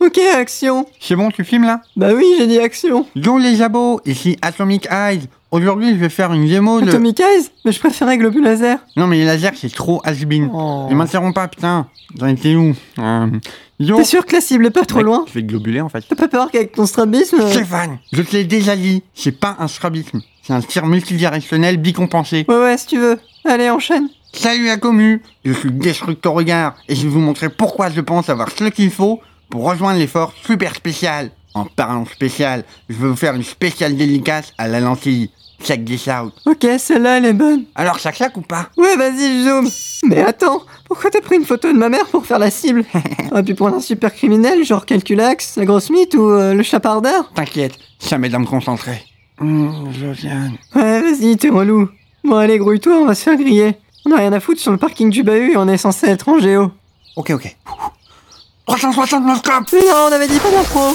Ok, action C'est bon, tu filmes là Bah oui, j'ai dit action Yo les jabots, ici Atomic Eyes. Aujourd'hui, je vais faire une démo de. Atomic Eyes Mais je préférais Globule Laser Non, mais les lasers, c'est trop has been. Oh. Ne m'interromps pas, putain. J'en étais où Euh, Yo. T'es sûr que la cible est pas trop Mec, loin Je vais globuler en fait. T'as pas peur qu'avec ton strabisme... euh, Stéphane, je te l'ai déjà dit, c'est pas un strabisme. C'est un tir multidirectionnel bicompensé. Ouais, ouais, si tu veux. Allez, enchaîne Salut la commu Je suis Destructor Regard et je vais vous montrer pourquoi je pense avoir ce qu'il faut pour rejoindre l'effort super spécial. En parlant spécial, je vais vous faire une spéciale dédicace à la lentille. Check this out. Ok, celle-là, elle est bonne. Alors ça claque ou pas Ouais, vas-y, je zoome Mais attends, pourquoi t'as pris une photo de ma mère pour faire la cible Ah, T'aurais pu prendre un super criminel, genre Calculax, la grosse mythe ou euh, le chapardeur T'inquiète, ça m'aide à me concentrer. Hum, Josiane. Ouais, vas-y, t'es relou. Bon, allez, grouille-toi, on va se faire griller. On a rien à foutre sur le parking du bahut et on est censé être en géo. Ok, ok. 369 cops Mais non, on avait dit pas d'impro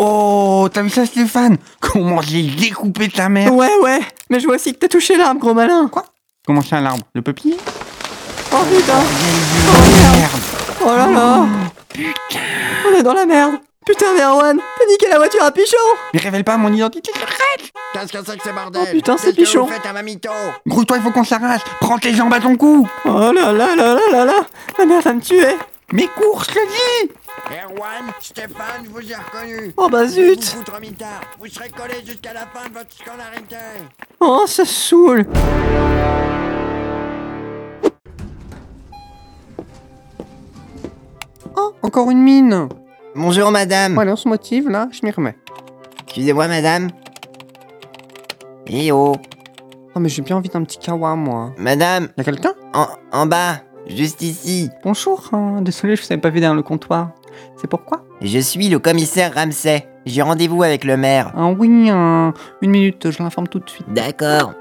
Oh, t'as vu ça Stéphane Comment j'ai découpé ta mère Ouais, ouais Mais je vois aussi que t'as touché l'arbre, gros malin Quoi Comment ça l'arbre Le peuplier Oh putain Oh, Merde Oh là là Putain On est dans la merde Putain, Merwan T'as niqué la voiture à Pichon Mais révèle pas mon identité Qu'est-ce que c'est que ce bordel Oh, putain, c'est Qu'est-ce que pichon. vous faites à ma mytho Grouille-toi, il faut qu'on s'arrache Prends tes jambes à ton cou Oh là là là là là là Ma mère va me tuer Mais cours, je le dis Erwan, Stéphane, je vous ai reconnu Oh bah Je vais zut. Vous foutre en mitard Vous serez collés jusqu'à la fin de votre scolarité Oh, ça saoule Oh, encore une mine Bonjour madame Voilà, Hmm. on se motive, là, je m'y remets. Excusez-moi madame Eh oh Oh, mais j'ai bien envie d'un petit kawa, moi. Madame, Y'a quelqu'un en, en bas, juste ici Bonjour, hein, désolé, je vous avais pas vu derrière le comptoir. C'est pourquoi Je suis le commissaire Ramsay. J'ai rendez-vous avec le maire. Ah oui, hein, une minute, je l'informe tout de suite. D'accord.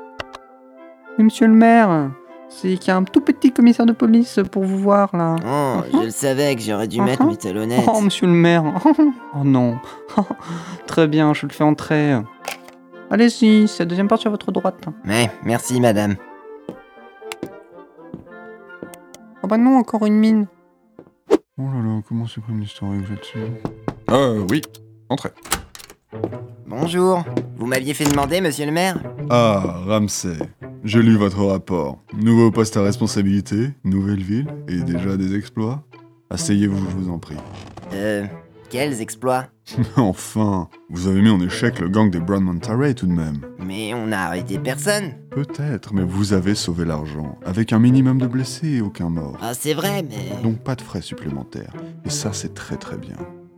Mais monsieur le maire, c'est qu'il y a un tout petit commissaire de police pour vous voir, là. Oh, je Uh-huh. le savais que j'aurais dû Mhm. mettre mes talonnettes. Oh, monsieur le maire. Oh non. Très bien, je le fais entrer. Ah, Allez-y, c'est la deuxième porte sur votre droite. Ouais, merci madame. Ah bah non, encore une mine. Oh là là, comment c'est pas une historique là-dessus Euh, oui. Entrez. Bonjour. Vous m'aviez fait demander, monsieur le maire Ah, Ramsey. J'ai lu votre rapport. Nouveau poste à responsabilité, nouvelle ville, et déjà des exploits Asseyez-vous, je vous en prie. Euh, quels exploits Enfin, vous avez mis en échec le gang des Brown Monterey tout de même. Mais on n'a arrêté personne. Peut-être, mais vous avez sauvé l'argent, avec un minimum de blessés et aucun mort. Ah, c'est vrai, mais. Donc pas de frais supplémentaires. Et ça, c'est très très bien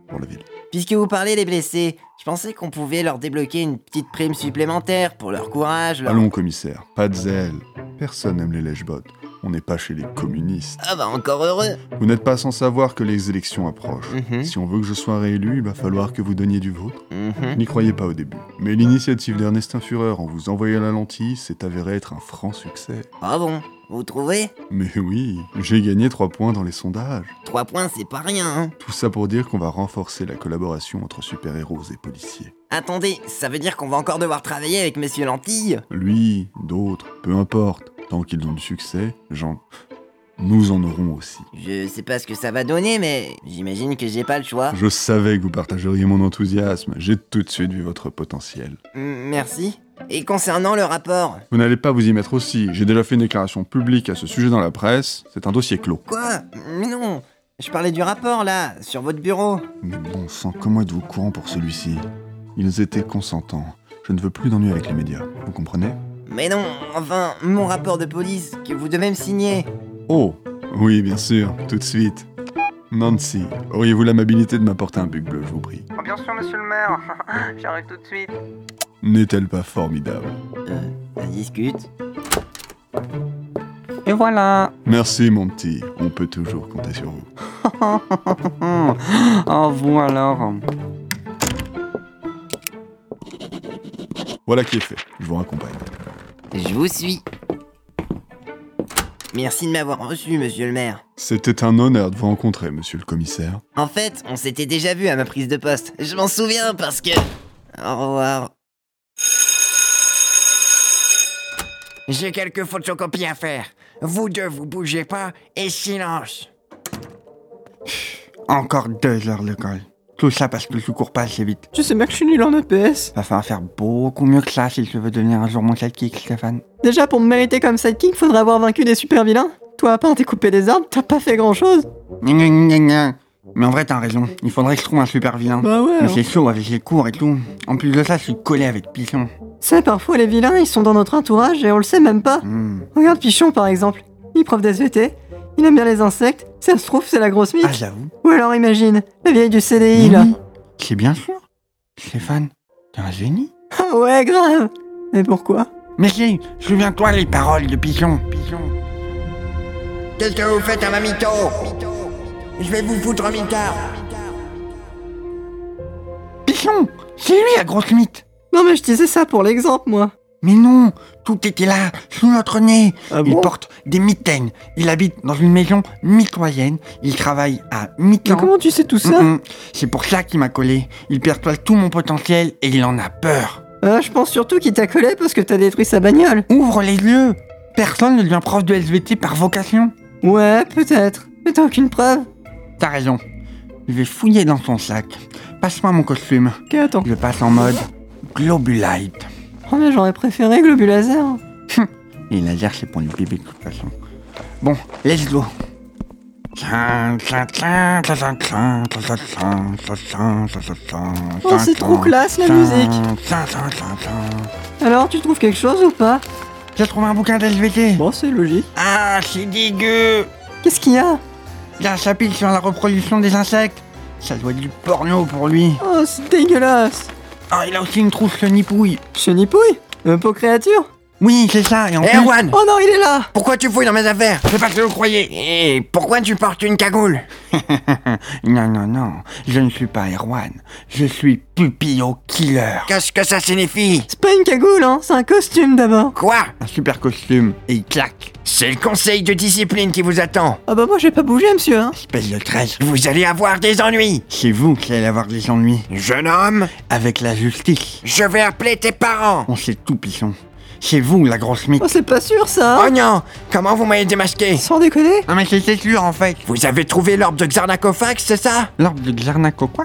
pour la ville. Puisque vous parlez des blessés, je pensais qu'on pouvait leur débloquer une petite prime supplémentaire pour leur courage. Leur... Allons, commissaire, pas de zèle. Personne n'aime les lèche On n'est pas chez les communistes. Ah, bah encore heureux. Vous n'êtes pas sans savoir que les élections approchent. Mhm. Si on veut que je sois réélu, il va falloir que vous donniez du vôtre. Mhm. N'y croyez pas au début. Mais l'initiative d'Ernestin Führer en vous envoyant la lentille s'est avérée être un franc succès. Ah bon, vous trouvez Mais oui, j'ai gagné 3 points dans les sondages. 3 points, c'est pas rien, hein. Tout ça pour dire qu'on va renforcer la collaboration entre super-héros et policiers. Attendez, ça veut dire qu'on va encore devoir travailler avec monsieur Lentille Lui, d'autres, peu importe. Tant qu'ils ont du succès, j'en... Nous en aurons aussi. Je sais pas ce que ça va donner, mais j'imagine que j'ai pas le choix. Je savais que vous partageriez mon enthousiasme. J'ai tout de suite vu votre potentiel. Mm, Merci. Et concernant le rapport Vous n'allez pas vous y mettre aussi. J'ai déjà fait une déclaration publique à ce sujet dans la presse. C'est un dossier clos. Quoi Mais non Je parlais du rapport là, sur votre bureau. Mais bon sang, comment êtes-vous au courant pour celui-ci Ils étaient consentants. Je ne veux plus d'ennuis avec les médias. Vous comprenez Mais non, enfin, mon rapport de police que vous devez me signer. Oh Oui, bien sûr. Tout de suite. Nancy, auriez-vous l'amabilité de m'apporter un buc bleu, je vous prie Oh, bien sûr, monsieur le maire. J'arrive tout de suite. N'est-elle pas formidable Euh, ça discute. Et voilà. Merci, mon petit. On peut toujours compter sur vous. oh, vous alors. Voilà qui est fait. Je vous raccompagne. Je vous suis. Merci de m'avoir reçu, monsieur le maire. C'était un honneur de vous rencontrer, monsieur le commissaire. En fait, on s'était déjà vu à ma prise de poste. Je m'en souviens parce que. Au revoir. J'ai quelques photocopies à faire. Vous deux, vous bougez pas et silence. Encore deux heures de colle. Tout ça parce que je cours pas assez vite. Je sais bien que je suis nul en E EPS. Va falloir faire beaucoup mieux que ça si tu veux devenir un jour mon sidekick, Stéphane. Déjà, pour me mériter comme sidekick, faudrait avoir vaincu des super vilains. Toi, à part découper des arbres, t'as pas fait grand chose. Gna, gna, gna, gna. Mais en vrai, t'as raison. Il faudrait que je trouve un super vilain. Bah ouais. Mais c'est chaud avec les cours et tout. En plus de ça, je suis collé avec Pichon. C'est parfois les vilains, ils sont dans notre entourage et on le sait même pas. Hmm. Regarde Pichon par exemple. Il est prof d'SVT, il aime bien les insectes, ça se trouve, c'est la grosse mythe. Ah, j'avoue. Ou alors imagine, la vieille du CDI là. Oui, C'est bien sûr. Stéphane, t'es un génie. Ah ouais, grave Mais pourquoi Mais si, souviens-toi les paroles de Pichon. Pichon. Qu'est-ce que vous faites à ma mytho Je vais vous foutre en mitard Pichon C'est lui la grosse mythe Non mais je disais ça pour l'exemple moi. Mais non Tout était là, sous notre nez Ah Il porte des mitaines. Il habite dans une maison mitoyenne. Il travaille à mi-temps. Mais comment tu sais tout ça Mm, mm. C'est pour ça qu'il m'a collé. Il perçoit tout mon potentiel et il en a peur. Euh, Je pense surtout qu'il t'a collé parce que t'as détruit sa bagnole. Ouvre les yeux Personne ne devient prof de SVT par vocation. Ouais, peut-être. Mais t'as aucune preuve. T'as raison. Je vais fouiller dans son sac. Passe-moi mon costume. Ok, attends. Je passe en mode Globulite. Oh mais j'aurais préféré Globulaser. Et laser, c'est pour les bébés de toute façon. Bon, let's go. Oh, Oh, c'est trop classe la musique. Alors, tu trouves quelque chose ou pas J'ai trouvé un bouquin d'SVT. Bon, c'est logique. Ah, c'est dégueu. Qu'est-ce qu'il y a Il y a un chapitre sur la reproduction des insectes. Ça doit être du porno pour lui. Oh, c'est dégueulasse. Ah, il a aussi une trousse nipouille. Chenipouille Un pot Euh, créature Oui, c'est ça. Et en Hé plus, Erwan Oh non, il est là Pourquoi tu fouilles dans mes affaires c'est pas que je le croyais. Et pourquoi tu portes une cagoule non, non, non. Je ne suis pas Erwan. Je suis Pupillo Killer. Qu'est-ce que ça signifie C'est pas une cagoule, hein, c'est un costume d'abord. Quoi Un super costume. Et il claque. C'est le conseil de discipline qui vous attend Ah bah moi j'ai pas bougé, monsieur, hein. Espèce de traître. Vous allez avoir des ennuis C'est vous qui allez avoir des ennuis. Jeune homme, Avec la justice. je vais appeler tes parents On sait tout, Pisson. C'est vous, la grosse mythe. Oh, c'est pas sûr ça, hein. Oh non Comment vous m'avez démasqué Sans déconner Ah, mais c'était sûr, en fait. Vous avez trouvé l'orbe de Xarnacofax, c'est ça L'orbe de Xarnaco, quoi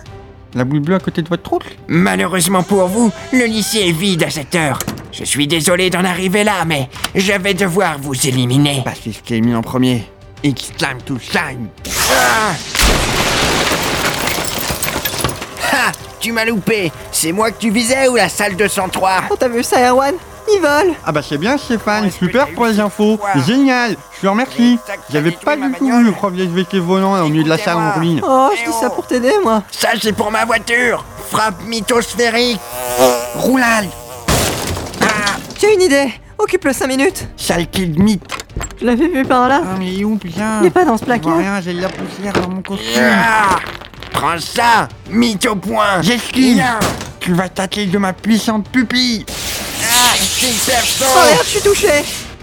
La boule bleue à côté de votre trousse Malheureusement pour vous, le lycée est vide à cette heure. Je suis désolé d'en arriver là, mais je vais devoir vous éliminer. Bah, c'est ce qui est mis en premier. It's time to shine. Ah Ha Tu m'as loupé C'est moi que tu visais ou la salle 203 Oh, t'as vu ça, Erwan Il vole Ah bah c'est bien Stéphane, Ouais, super pour les infos, Ouais. génial, je te remercie. Tac, t'as J'avais détruit pas ma du tout vu bagnole. le prof SVT volant au milieu de la salle en Écoutez-moi. ruine. Oh, Eh je dis ça oh. pour t'aider, moi. Ça, c'est pour ma voiture Frappe mythosphérique Roulade Ah J'ai une idée. Occupe-le 5 minutes. Sale kid mythe. Je l'avais vu par là. Ah mais il est où putain Il est pas dans ce Je vois placard. rien, j'ai de la poussière dans mon costume. Ah Prends ça Mytho point J'esquive Viens. Tu vas tâter de ma puissante pupille Ah Super Oh merde, je suis touché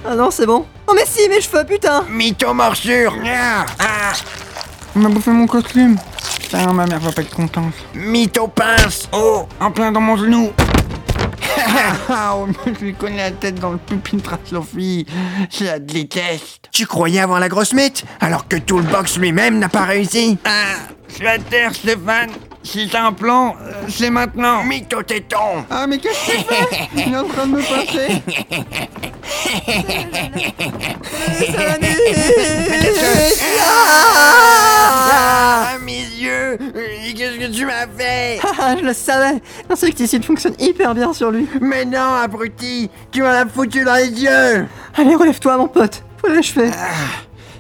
Ah non, c'est bon. Oh mais si, mes cheveux, putain Mytho morsure Ah On m'a bouffé mon costume Putain, ma mère va pas être contente. Mytho pince Oh En plein dans mon genou Ah, oh, je lui connais la tête dans le pupitre à Sophie. Je la déteste. Tu croyais avoir la grosse mythe alors que tout le box lui-même n'a pas réussi Ah, je suis à terre, Stéphane. Si t'as un plan, euh, c'est maintenant. Mytho téton Ah, mais qu'est-ce que tu fais Il est en train de me pincer. Ah mes yeux Euh, Qu'est-ce que tu m'as fait Ah, je le savais L'insecticide fonctionne hyper bien sur lui. Mais non, abruti Tu m'en as foutu dans les yeux Allez, relève-toi, mon pote. Faut l'achever.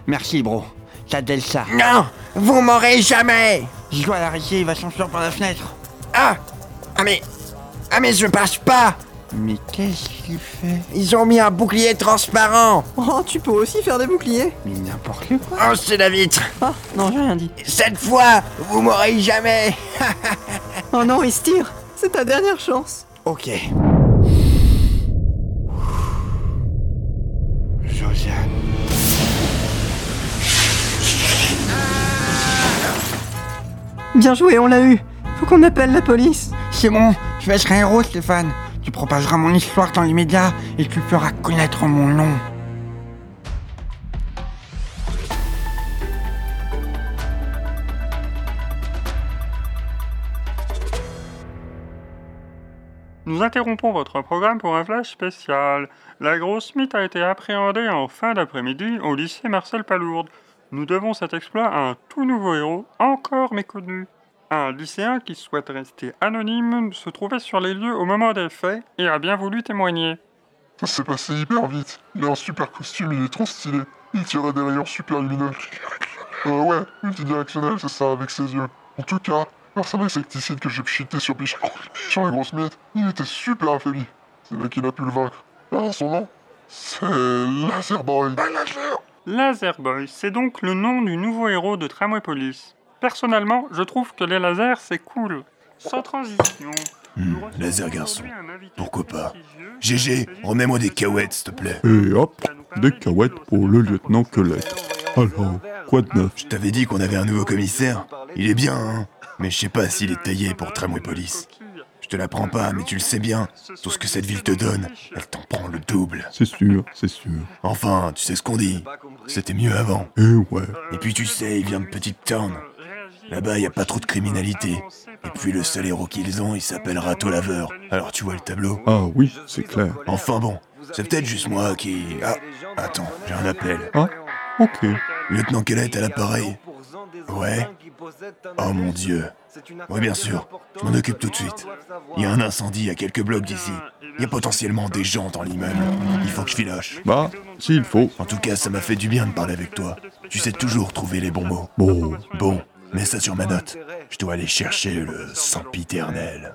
Merci, bro. T'as Delsa. Non Vous m'aurez jamais Je dois l'arrêter, il va s'enfuir par la fenêtre. Ah Ah mais... Ah mais je passe pas Mais qu'est-ce qu'il fait Ils ont mis un bouclier transparent Oh, tu peux aussi faire des boucliers. Mais n'importe quoi. Oh, c'est la vitre Ah, non, j'ai rien dit. Cette fois, vous m'aurez jamais Oh non, il se tire. C'est ta dernière chance. Ok. Josiane. Bien joué, on l'a eu. Faut qu'on appelle la police. C'est bon, je vais être un héros, Stéphane. Tu propageras mon histoire dans les médias et tu feras connaître mon nom. Nous interrompons votre programme pour un flash spécial. La grosse mythe a été appréhendée en fin d'après-midi au lycée Marcel Palourde. Nous devons cet exploit à un tout nouveau héros, encore méconnu. Un lycéen qui souhaite rester anonyme se trouvait sur les lieux au moment des faits et a bien voulu témoigner. Ça s'est passé hyper vite. Il a un super costume, il est trop stylé. Il tirait des rayons super lumineux. Euh, ouais, multidirectionnel, c'est ça, avec ses yeux. En tout cas, grâce à l'insecticide que j'ai pchité sur Bichon, sur la grosse mythe, il était super affaibli. C'est là qu'il a pu le vaincre. Ah, son nom C'est Laser Boy. Laser Boy, c'est donc le nom du nouveau héros de Tramway Police. Personnellement, je trouve que les lasers, c'est cool. Sans transition. nous recevons Hmm, laser aujourd'hui garçon. un invité Pourquoi pas prestigieux qui GG, s'agit de remets-moi des Monsieur cahuètes, s'il te plaît. Et hop, des cahuètes pour le lieutenant Kelec. Alors, quoi de neuf Je t'avais dit qu'on avait un nouveau commissaire. Il est bien, hein Mais je sais pas s'il est taillé pour Tramway Police. Je te l'apprends pas, mais tu le sais bien. Tout ce que cette ville te donne, elle t'en prend le double. C'est sûr, c'est sûr. Enfin, tu sais ce qu'on dit. C'était mieux avant. Eh ouais. Et puis Euh, tu sais, il vient de Petite Town. Là-bas, y a pas trop de criminalité. Et puis le seul héros qu'ils ont, il s'appelle Rato Laveur. Alors tu vois le tableau Ah oui, c'est clair. Enfin bon, c'est peut-être juste moi qui... Ah, attends, j'ai un appel. Ah, ok. Lieutenant Kellett à l'appareil. Ouais. Oh mon dieu. Oui, bien sûr. Je m'en occupe tout de suite. Il y a un incendie à quelques blocs d'ici. Il y a potentiellement des gens dans l'immeuble. Il faut que je filoche. Bah, s'il faut. En tout cas, ça m'a fait du bien de parler avec toi. Tu sais toujours trouver les bons mots. Bon. Bon, mets ça sur ma note. Je dois aller chercher le sempiternel.